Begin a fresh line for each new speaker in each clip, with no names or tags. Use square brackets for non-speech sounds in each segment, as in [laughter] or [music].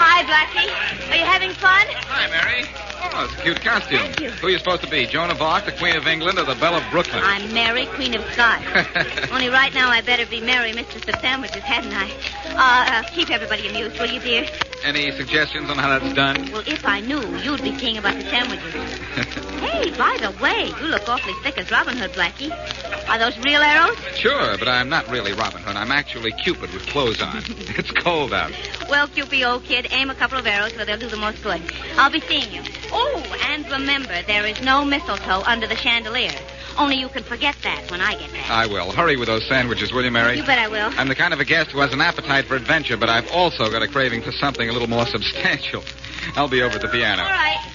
Hi, Blackie. Are you having fun?
Hi, Mary. Oh, it's a cute costume.
Thank you.
Who are you supposed to be? Joan of Arc, the Queen of England, or the Belle of Brooklyn?
I'm Mary, Queen of Scots. Only right now I better be Mary, Mistress of Sandwiches, hadn't I? Uh, uh, keep everybody amused, will you, dear?
Any suggestions on how that's done?
Well, if I knew, you'd be king about the sandwiches. hey, by the way, you look awfully thick as Robin Hood, Blackie. Are those real arrows?
Sure, but I'm not really Robin Hood. I'm actually Cupid with clothes
[laughs]
on. it's cold out.
Well, Cupid, old kid, aim a couple of arrows where they'll do the most good. I'll be seeing you. Oh, and remember, there is no mistletoe under the chandelier. Only you can forget that when I get back.
I will. Hurry with those sandwiches, will you, Mary?
You bet I will.
I'm the kind of a guest who has an appetite for adventure, but I've also got a craving for something a little more substantial. [laughs] I'll be over at the piano.
All right.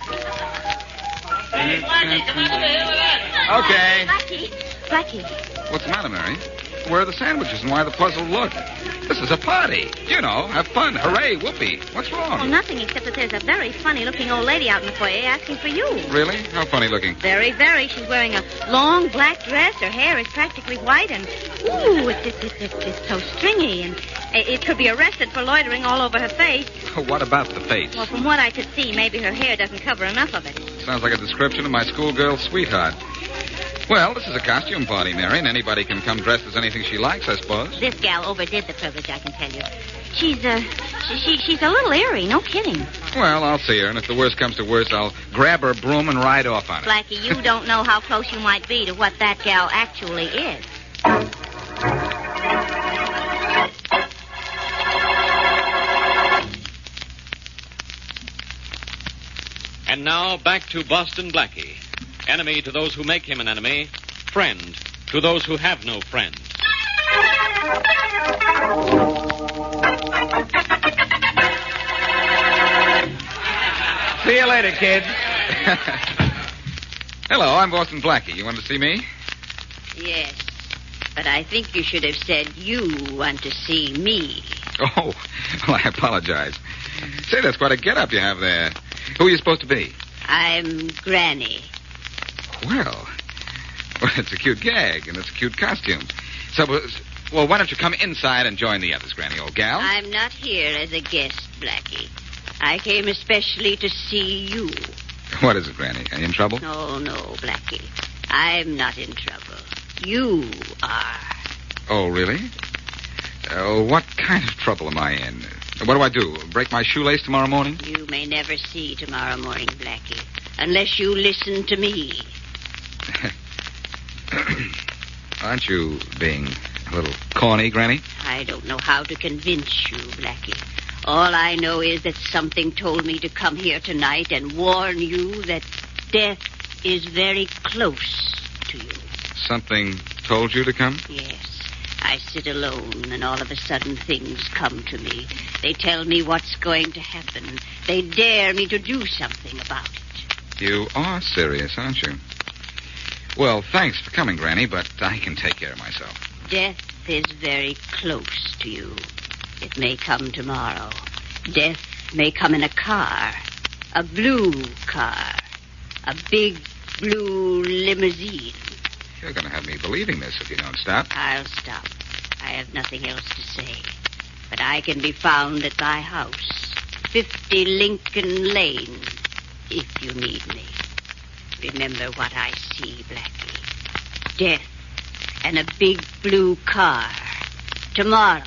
Okay.
Blackie, Blackie,
What's the matter, Mary? Where are the sandwiches and why the puzzled look? This is a party. You know, have fun. Hooray, whoopee. What's wrong?
Oh, nothing except that there's a very funny looking old lady out in the foyer asking for you.
Really? How funny looking. [laughs]
Very, very. She's wearing a long black dress. Her hair is practically white, and ooh, it's, it's, it's, it's, it's so stringy, and it, it could be arrested for loitering all over her face.
What about the face?
Well, from what I could see, maybe her hair doesn't cover enough of it.
Sounds like a description of my schoolgirl sweetheart. Well, this is a costume party, Mary, and anybody can come dressed as anything she likes, I suppose.
This gal overdid the privilege, I can tell you. She's uh, she, she, she's a little eerie. No kidding.
Well, I'll see her, and if the worst comes to worst, I'll grab her broom and ride off on it.
Blackie, you don't know how close you might be to what that gal actually is.
And now back to Boston Blackie. Enemy to those who make him an enemy, friend to those who have no friend.
See you later, kid. [laughs] Hello, I'm Boston Blackie. You want to see me?
Yes. But I think you should have said you want to see me.
Oh, well, I apologize. Say, that's quite a get-up you have there. Who are you supposed to be?
I'm Granny.
Well, well, it's a cute gag, and it's a cute costume. So, uh, well, why don't you come inside and join the others, Granny, old gal?
I'm not here as a guest, Blackie. I came especially to see you.
What is it, Granny? Are you in trouble?
No, no, Blackie. I'm not in trouble. You are.
Oh, really? Uh, what kind of trouble am I in? What do I do? Break my shoelace tomorrow morning?
You may never see tomorrow morning, Blackie, unless you listen to me.
Aren't you being a little corny, Granny?
I don't know how to convince you, Blackie. All I know is that something told me to come here tonight and warn you that death is very close to you.
Something told you to come?
Yes. I sit alone, and all of a sudden things come to me. They tell me what's going to happen. They dare me to do something about it.
You are serious, aren't you? Well, thanks for coming, Granny, but I can take care of myself.
Death is very close to you. It may come tomorrow. Death may come in a car, a blue car, a big blue limousine.
You're going to have me believing this if you don't stop.
I'll stop. I have nothing else to say. But I can be found at my house, 50 Lincoln Lane, if you need me. Remember what I see, Blackie. Death and a big blue car. Tomorrow.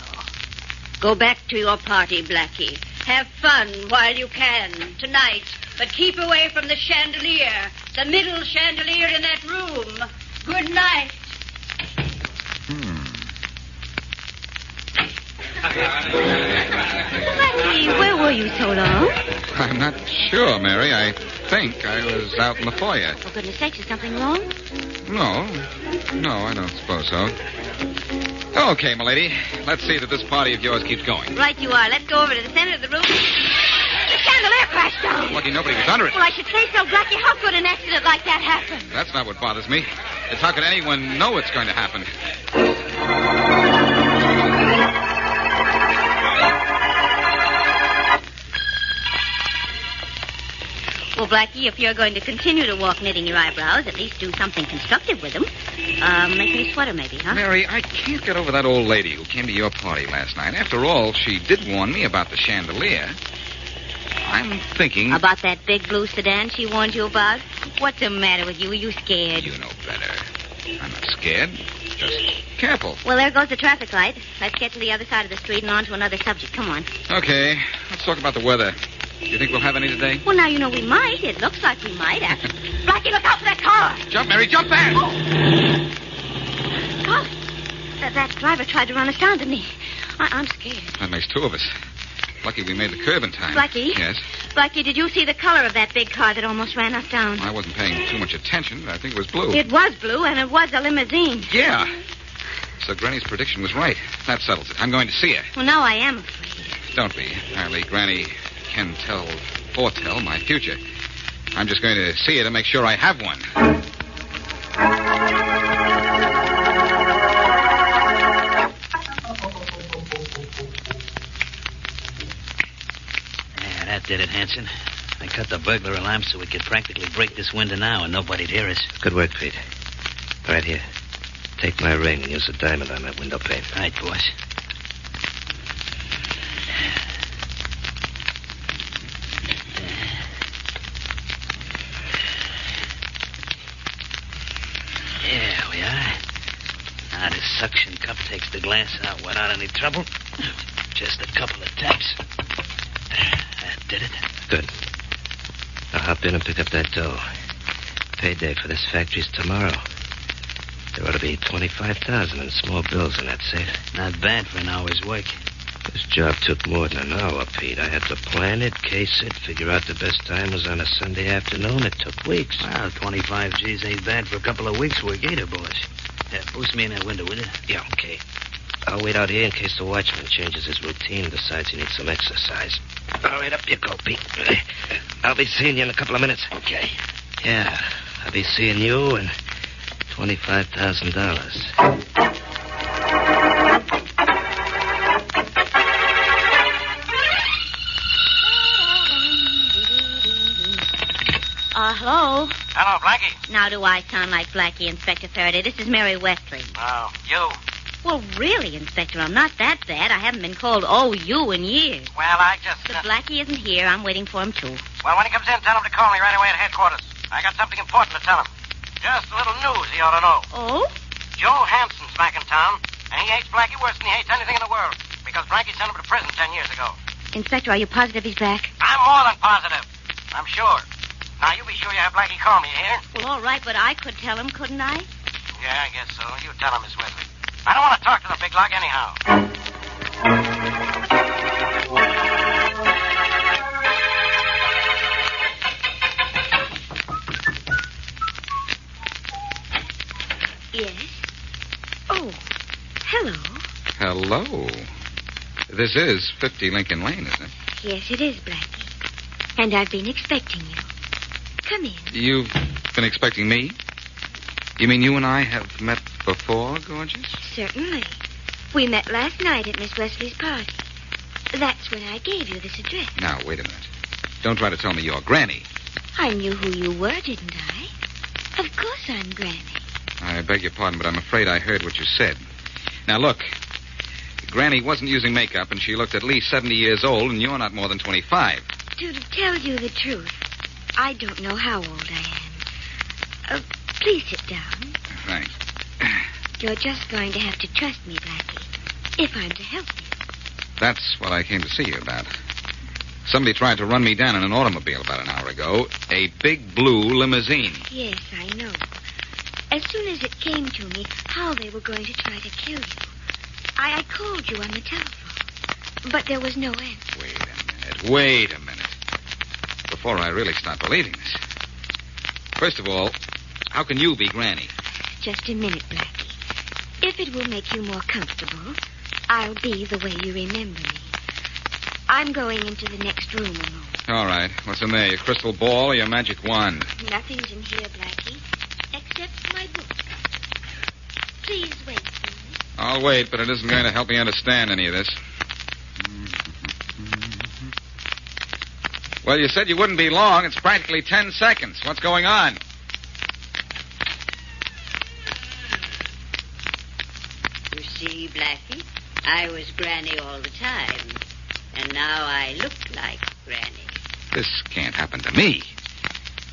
Go back to your party, Blackie. Have fun while you can. Tonight, But keep away from the chandelier, the middle chandelier in that room. Good night.
Blackie, where were you so long?
I'm not sure, Mary. I think I was out in the foyer.
For goodness sakes, is something wrong?
No. No, I don't suppose so. Okay, milady. Let's see that this party of yours keeps going.
Right you are. Let's go over to the center of the room. The chandelier crashed down.
Lucky nobody was under it.
Well, I should say so, Blackie. How could an accident like that happen?
That's not what bothers me. It's how could anyone know it's going to happen?
Well, Blackie, if you're going to continue to walk knitting your eyebrows, at least do something constructive with them. Uh, make me a sweater, maybe, huh?
Mary, I can't get over that old lady who came to your party last night. After all, she did warn me about the chandelier. I'm thinking.
About that big blue sedan she warned you about? What's the matter with you? Are you scared?
You know better. I'm not scared. Just careful.
Well, there goes the traffic light. Let's get to the other side of the street and on to another subject. Come on.
Okay, let's talk about the weather. Do you think we'll have any today?
Well, now you know we might. It looks like we might. After... Blackie, look out for that car.
Jump, Mary, jump back!
Golly, that, that driver tried to run us down, didn't he? I, I'm scared.
That makes two of us. Lucky we made the curb in time.
Blackie?
Yes.
Blackie, did you see the color of that big car that almost ran us down?
I wasn't paying too much attention. but I think it was blue.
It was blue, and it was a limousine.
Yeah. So Granny's prediction was right. That settles it. I'm going to see her.
Well, now I am afraid.
Don't be. Apparently, Granny can tell, foretell my future. I'm just going to see her to make sure I have one.
Yeah, that did it, Hanson. I cut the burglar alarm so we could practically break this window now and nobody'd hear us.
Good work, Pete. Right here. Take my ring and use a diamond on that window pane.
All right, boss. There we are. Now the suction cup takes the glass out without any trouble. Just a couple of taps. There, that did it.
Good. Now hop in and pick up that dough. Payday for this factory's tomorrow. There ought to be 25000 in small bills in that safe.
Not bad for an hour's work.
This job took more than an hour, Pete. I had to plan it, case it, figure out the best time was on a Sunday afternoon. It took weeks.
Well, 25 G's ain't bad for a couple of weeks' work either, boss. Yeah, boost me in that window, will you?
Yeah, okay. I'll wait out here in case the watchman changes his routine and decides he needs some exercise. All right, up you go, Pete. I'll be seeing you in a couple of minutes. Okay. Yeah, I'll be seeing you and twenty-five thousand dollars.
Uh, hello?
Hello, Blackie.
Now do I sound like Blackie, Inspector Faraday? This is Mary Westley.
Oh, you.
Well, really, Inspector, I'm not that bad. I haven't been called OU in years.
Well, I just.
The
uh,
Blackie isn't here. I'm waiting for him, too.
well, when he comes in, tell him to call me right away at headquarters. I got something important to tell him. Just a little news he ought to know.
Oh?
Joe Hanson's back in town, and he hates Blackie worse than he hates anything in the world because Blackie sent him to prison ten years ago.
Inspector, are you positive he's back?
I'm more than positive. I'm sure. Now, you be sure you have Blackie call me, you hear?
Well, all right, but I could tell him, couldn't I?
Yeah, I guess so. You tell him, Miss Wesley. I don't want to talk to the big log anyhow.
Yes. Oh, hello.
Hello. This is 50 Lincoln Lane, isn't it?
Yes, it is, Blackie. And I've been expecting you. Come in.
You've been expecting me? You mean you and I have met before, gorgeous?
Certainly. We met last night at Miss Wesley's party. That's when I gave you this address.
Now, wait a minute. Don't try to tell me you're Granny.
I knew who you were, didn't I? Of course I'm Granny.
I beg your pardon, but I'm afraid I heard what you said. Now, look. Granny wasn't using makeup, and she looked at least 70 years old, and you're not more than 25.
To tell you the truth, I don't know how old I am. Uh, please sit down.
Thanks.
You're just going to have to trust me, Blackie, if I'm to help you.
That's what I came to see you about. Somebody tried to run me down in an automobile about an hour ago. A big blue limousine.
Yes, I know. As soon as it came to me how they were going to try to kill you, I, I called you on the telephone. But there was no answer.
Wait a minute. Wait a minute. Before I really start believing this. First of all, how can you be Granny?
Just a minute, Blackie. If it will make you more comfortable, I'll be the way you remember me. I'm going into the next room alone.
All right. What's in there? Your crystal ball or your magic wand?
Nothing's in here, Blackie, except my book. Please wait for me.
I'll wait, but it isn't going to help me understand any of this. Well, you said you wouldn't be long. It's practically ten seconds. What's going on?
You see, Blackie, I was Granny all the time. And now I look like Granny.
This can't happen to me.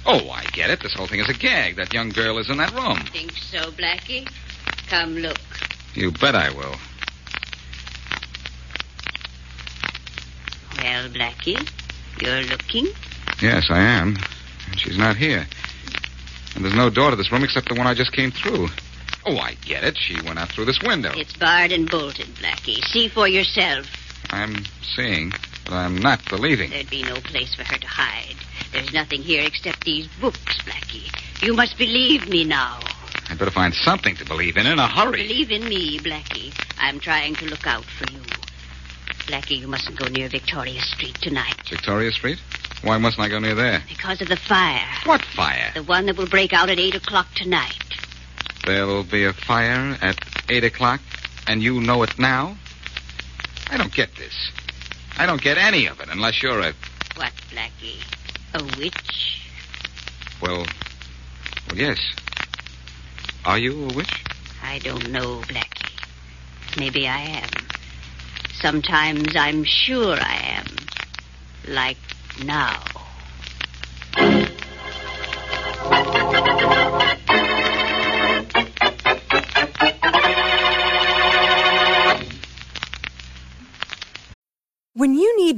Oh, I get it. This whole thing is a gag. That young girl is in that room.
Think so, Blackie? Come look.
You bet I will.
Well, Blackie, you're looking.
Yes, I am. And she's not here. And there's no door to this room except the one I just came through. Oh, I get it. She went out through this window.
It's barred and bolted, Blackie. See for yourself.
I'm seeing, but I'm not believing.
There'd be no place for her to hide. There's nothing here except these books, Blackie. You must believe me now.
I'd better find something to believe in in a hurry.
Believe in me, Blackie. I'm trying to look out for you. Blackie, you mustn't go near Victoria Street tonight
Victoria Street? Why mustn't I go near there?
because of the fire.
What fire?
The one that will break out at 8 o'clock tonight.
There'll be a fire at 8 o'clock, and you know it now? I don't get this. I don't get any of it unless you're a.
What, Blackie? A witch?
Well. Well, yes. Are you a witch?
I don't know, Blackie. Maybe I am. Sometimes I'm sure I am. Like now.
When you need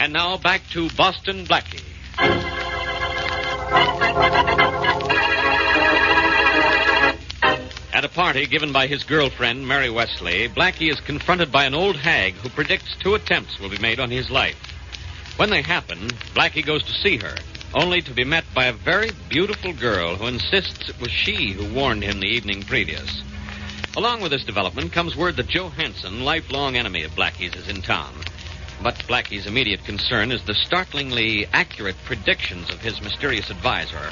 And now back to Boston Blackie. At a party given by his girlfriend, Mary Wesley, Blackie is confronted by an old hag who predicts two attempts will be made on his life. When they happen, Blackie goes to see her, only to be met by a very beautiful girl who insists it was she who warned him the evening previous. Along with this development comes word that Joe Hanson, lifelong enemy of Blackie's, is in town. But Blackie's immediate concern is the startlingly accurate predictions of his mysterious advisor.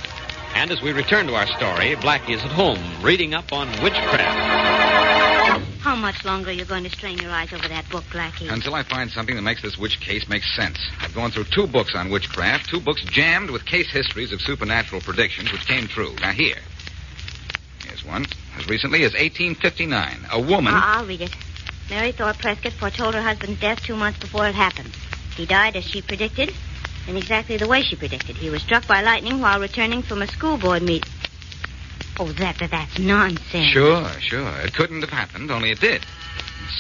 And as we return to our story, Blackie is at home reading up on witchcraft.
How much longer are you going to strain your eyes over that book, Blackie?
Until I find something that makes this witch case make sense. I've gone through two books on witchcraft, two books jammed with case histories of supernatural predictions which came true. Now, here. Here's one. As recently as 1859, a woman.
I- Uh, I'll read it. Mary Thorpe Prescott foretold her husband's death two months before it happened. He died as she predicted, in exactly the way she predicted. He was struck by lightning while returning from a school board meet. Oh, that, that that's nonsense.
Sure, sure. It couldn't have happened, only it did.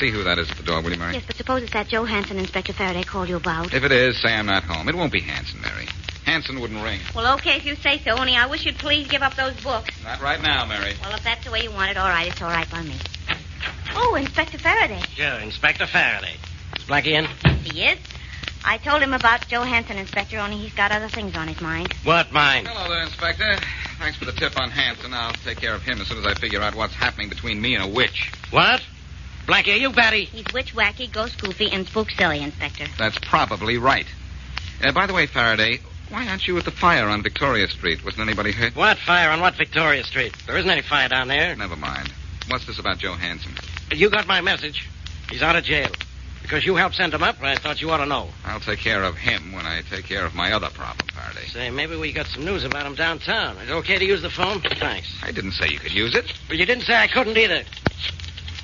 See who that is at the door, will you, Mary?
Yes, but suppose it's that Joe Hanson Inspector Faraday called you about.
If it is, say I'm not home. It won't be Hanson, Mary. Hanson wouldn't ring.
Well, okay, if you say so, only I wish you'd please give up those books.
Not right now, Mary.
Well, if that's the way you want it, all right, it's all right by me. Oh, Inspector Faraday.
Sure, Inspector Faraday. Is Blackie in?
He is. I told him about Joe Hanson, Inspector, only he's got other things on his mind.
What mind?
Hello there, Inspector. Thanks for the tip on Hanson. I'll take care of him as soon as I figure out what's happening between me and a witch.
What? Blackie, are you batty?
He's witch wacky, ghost goofy, and spook silly, Inspector.
That's probably right. Uh, by the way, Faraday, why aren't you at the fire on Victoria Street? Wasn't anybody hurt?
What fire on what Victoria Street? There isn't any fire down there.
Never mind. What's this about Joe Hanson?
You got my message. He's out of jail.
Because you helped send him up, I thought you ought to know.
I'll take care of him when I take care of my other problem, Faraday.
Say, maybe we got some news about him downtown. Is it okay to use the phone? Thanks.
I didn't say you could use it.
But you didn't say I couldn't either.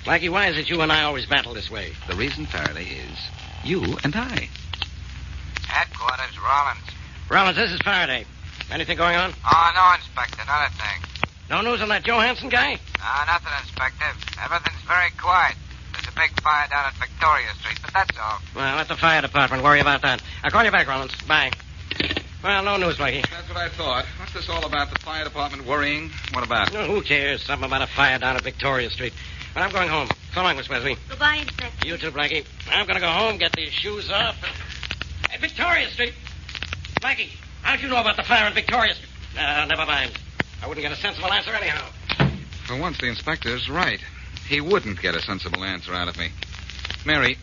Blackie, why is it you and I always battle this way?
The reason, Faraday, is you and I.
Headquarters, Rollins.
Rollins, this is Faraday. Anything going on?
Oh, no, Inspector, not a thing.
No news on that Johansson guy?
No, nothing, Inspector. Everything's very quiet. There's a big fire down at Victoria Street, but that's all.
Well, let the fire department worry about that. I'll call you back, Rollins. Bye. Well, no news, Blackie.
That's what I thought. What's this all about? The fire department worrying? What about?
No, who cares? Something about a fire down at Victoria Street. But I'm going home. So long, Miss Wesley.
Goodbye, Inspector.
You too, Blackie. I'm going to go home, get these shoes off. Hey, Victoria Street. Blackie, how'd you know about the fire in Victoria Street? Uh, never mind. I wouldn't get a sensible answer anyhow.
For once, the inspector's right. He wouldn't get a sensible answer out of me. Mary,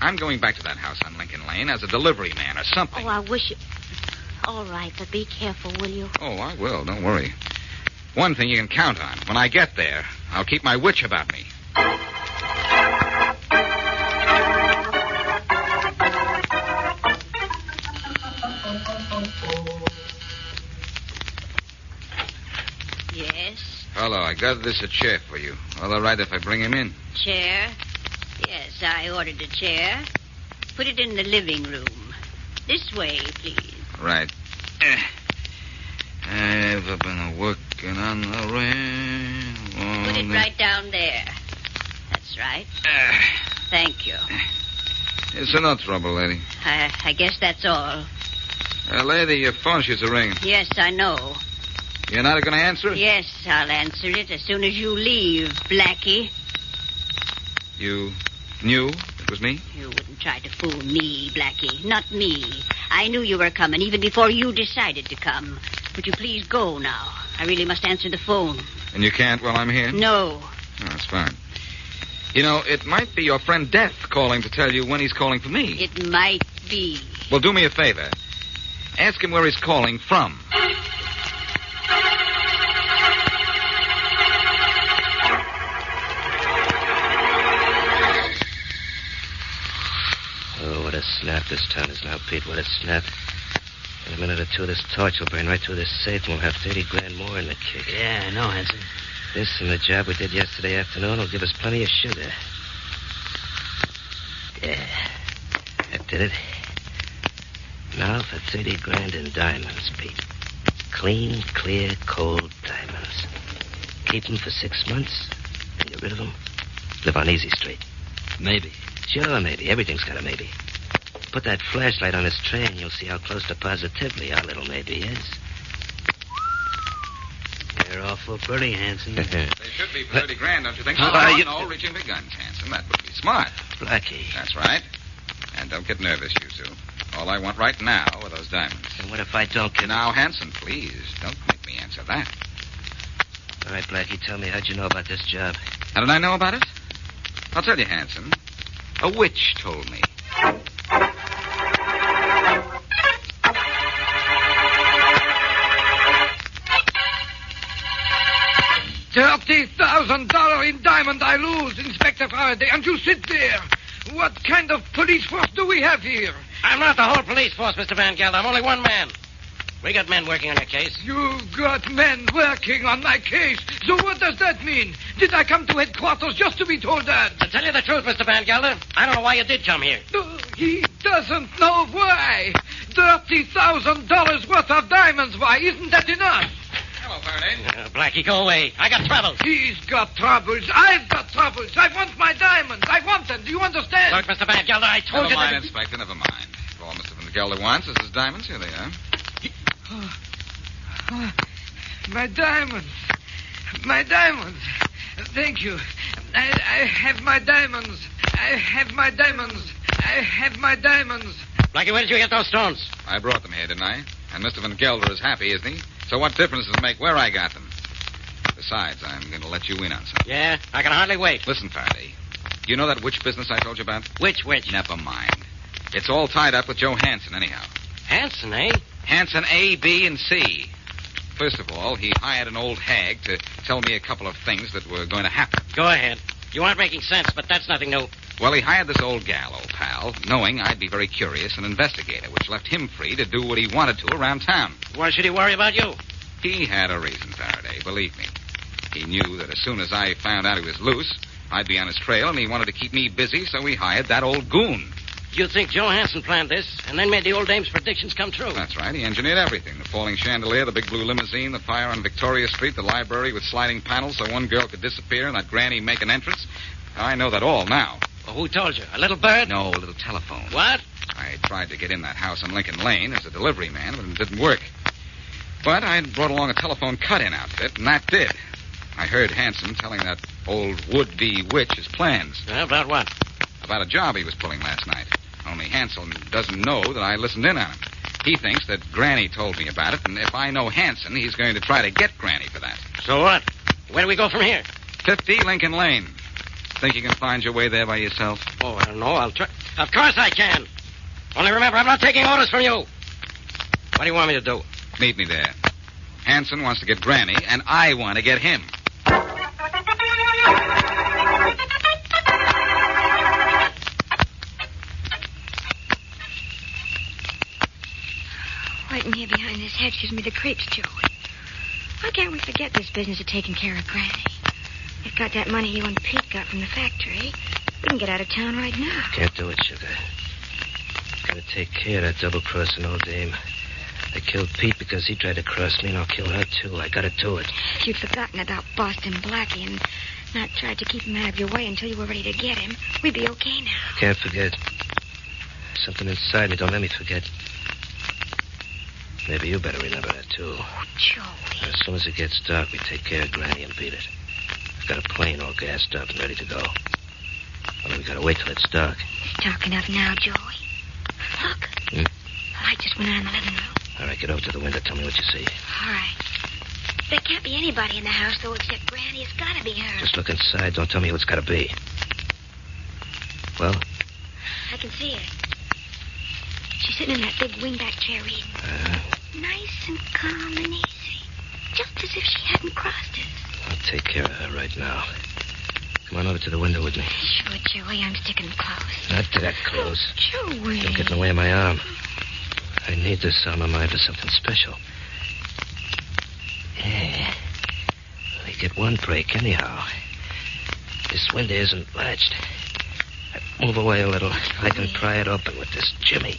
I'm going back to that house on Lincoln Lane as a delivery man or something.
Oh, I wish you. All right, but be careful, will you?
Oh, I will. Don't worry. One thing you can count on. When I get there, I'll keep my witch about me.
Yes,
Hello, I got this a chair for you. Well, all right if I bring him in.
chair. Yes, I ordered a chair. Put it in the living room. This way, please.
Right. I've been working on the rain.
Put it right down there. That's right. Thank you.
It's no trouble, lady.
I, I guess that's all.
Uh, lady, your phone she's a ringing.
Yes, I know.
You're not going to answer it?
Yes, I'll answer it as soon as you leave, Blackie.
You knew it was me?
You wouldn't try to fool me, Blackie. Not me. I knew you were coming even before you decided to come. Would you please go now? I really must answer the phone.
And you can't while I'm here?
No.
No, that's fine. You know, it might be your friend Death calling to tell you when he's calling for me.
It might be.
Well, do me a favor. Ask him where he's calling from.
Oh, what a snap this town is now, Pete. What a snap. In a minute or two, this torch will burn right through this safe, and we'll have 30 grand more in the case.
Yeah, I know, Hanson.
This and the job we did yesterday afternoon will give us plenty of sugar. Yeah, that did it. Now for 30 grand in diamonds, Pete. Clean, clear, cold diamonds. Keep them for six months, then get rid of them. Live on easy street.
Maybe.
Sure, maybe. Everything's got a maybe. Put that flashlight on this tray and you'll see how close to positively our little maybe is.
You're awful pretty, Hanson.
They should be for 30 grand, don't you think?
Uh,
No, no,
you-
no, reaching big guns, Hanson. That would be smart.
Blackie.
That's right. And don't get nervous, you two. All I want right now are those diamonds.
And what if I don't get
Now, Hanson, please, don't make me answer that.
All right, Blackie, tell me, how'd you know about this job?
How did I know about it? I'll tell you, Hanson. A witch told me.
Thirty thousand dollar in diamond I lose, Inspector Faraday, and you sit there. What kind of police force do we have here?
I'm not the whole police force, Mr. Van Gelder. I'm only one man. We got men working on your case.
You've got men working on my case. So what does that mean? Did I come to headquarters just to be told that?
To tell you the truth, Mr. Van Gelder, I don't know why you did come here.
No, he doesn't know why. Thirty thousand dollars worth of diamonds. Why isn't that enough?
Hello, Faraday.
Uh, Blackie, go away. I got troubles.
He's got troubles. I've got troubles. I want my diamonds. I want them. Do you understand?
Look, Mr. Van Gelder, I told
Never
you
mind,
that...
Inspector, never mind. If all Mr. Van Gelder wants is his diamonds, here they are.
Ah, My diamonds. My diamonds. Thank you. I, I have my diamonds. I have my diamonds. I have my diamonds.
Blackie, where did you get those stones?
I brought them here, didn't I? And Mr. Van Gelder is happy, isn't he? So what difference does it make where I got them? Besides, I'm going to let you in on something.
Yeah, I can hardly wait.
Listen, Faraday. You know that witch business I told you about?
Which witch?
Never mind. It's all tied up with Joe Hansen, anyhow.
Hanson, eh?
Hanson A, B, and C. First of all, he hired an old hag to tell me a couple of things that were going to happen.
Go ahead. You aren't making sense, but that's nothing new.
Well, he hired this old gal, old pal, knowing I'd be very curious and investigator, which left him free to do what he wanted to around town.
Why should he worry about you?
He had a reason, Faraday, believe me. He knew that as soon as I found out he was loose, I'd be on his trail, and he wanted to keep me busy, so he hired that old goon.
You think Joe Hansen planned this and then made the old dame's predictions come true?
That's right. He engineered everything. The falling chandelier, the big blue limousine, the fire on Victoria Street, the library with sliding panels so one girl could disappear and that granny make an entrance. I know that all now.
Well, who told you? A little bird?
No, a little telephone.
What?
I tried to get in that house on Lincoln Lane as a delivery man, but it didn't work. But I had brought along a telephone cut-in outfit, and that did. I heard Hanson telling that old would-be witch his plans.
About what?
About a job he was pulling last night. Only Hanson doesn't know that I listened in on him. He thinks that Granny told me about it, and if I know Hanson, he's going to try to get Granny for that.
So what? Where do we go from here?
50 Lincoln Lane. Think you can find your way there by yourself?
Oh, I don't know. I'll try. Of course I can. Only remember, I'm not taking orders from you. What do you want me to do?
Meet me there. Hanson wants to get Granny, and I want to get him.
Waiting here behind this hedge gives me the creeps, Joe. Why can't we forget this business of taking care of Granny? We've got that money you and Pete got from the factory. We can get out of town right now.
Can't do it, Sugar. Gotta take care of that double crossing old dame. I killed Pete because he tried to cross me, and I'll kill her, too. I gotta do it.
You'd forgotten about Boston Blackie and not tried to keep him out of your way until you were ready to get him. We'd be okay now.
Can't forget. Something inside me don't let me forget. Maybe you better remember that, too.
Joe.
As soon as it gets dark, we take care of Granny and beat it. I've got a plane all gassed up and ready to go. Only we gotta wait till it's dark.
It's dark enough now, Joey. Look.
Hmm?
The light just went on in the living room.
All right, get over to the window. Tell me what you see.
All right. There can't be anybody in the house, though, except Granny. It's got to be her.
Just look inside. Don't tell me who it's gotta be. Well,
I can see her. She's sitting in that big wingback chair reading.
uh,
Nice and calm and easy. Just as if she hadn't crossed us.
I'll take care of her right now. Come on over to the window with me.
Sure, Joey, I'm sticking close.
Not that close.
Joey.
Don't get in the way of my arm. I need this arm of mine for something special. Yeah. We get one break anyhow. This window isn't latched. I move away a little. I can pry it open with this jimmy.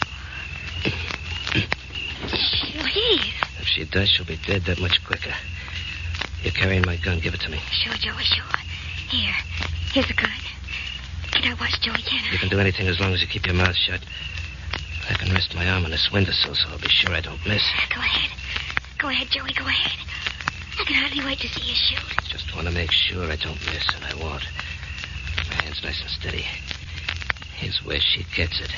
Joey.
If she does, she'll be dead that much quicker. You're carrying my gun. Give it to me.
Sure, Joey, sure. Here. Here's the gun. Can I watch Joey, can I?
You can do anything as long as you keep your mouth shut. I can rest my arm on this windowsill, so I'll be sure I don't miss.
Go ahead. Go ahead, Joey, go ahead. I can hardly wait to see you shoot.
Just want to make sure I don't miss, and I won't. My hand's nice and steady. Here's where she gets it.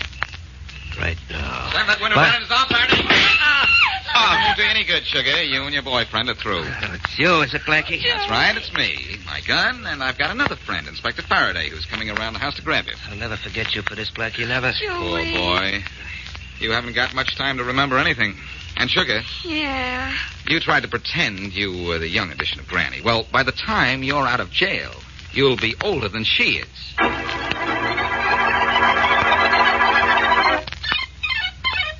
Right now.
Slam that window
What?
down and it's off, Faraday. Oh, it won't do you any good, Sugar. You and your boyfriend are through.
Oh, It's you, is it, Blackie?
That's right, it's me. My gun, and I've got another friend, Inspector Faraday, who's coming around the house to grab him.
I'll never forget you for this, Blackie. Never.
Poor boy. You haven't got much time to remember anything. And, Sugar,
Yeah.
you tried to pretend you were the young edition of Granny. Well, by the time you're out of jail, you'll be older than she is.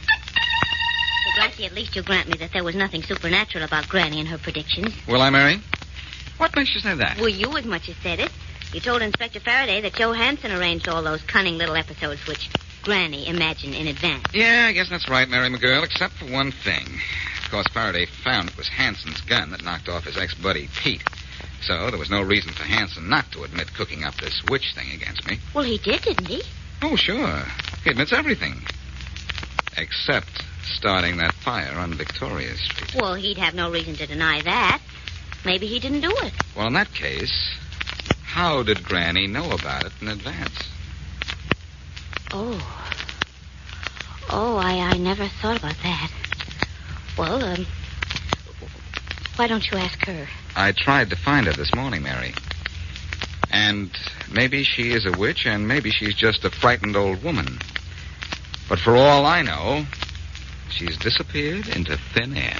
Well, Blackie, at least you grant me that there was nothing supernatural about Granny and her predictions.
Will I, Mary? What makes you say that?
Well, you as much as said it. You told Inspector Faraday that Joe Hansen arranged all those cunning little episodes which Granny imagined in advance.
Yeah, I guess that's right, Mary McGill, except for one thing. Of course, Faraday found it was Hanson's gun that knocked off his ex-buddy, Pete. So there was no reason for Hanson not to admit cooking up this witch thing against me.
Well, he did, didn't he?
Oh, sure. He admits everything. Except starting that fire on Victoria Street.
Well, he'd have no reason to deny that. Maybe he didn't do it.
Well, in that case, how did Granny know about it in advance?
Oh. Oh, I, I never thought about that. Well, um, why don't you ask her?
I tried to find her this morning, Mary. And maybe she is a witch, and maybe she's just a frightened old woman. But for all I know, she's disappeared into thin air.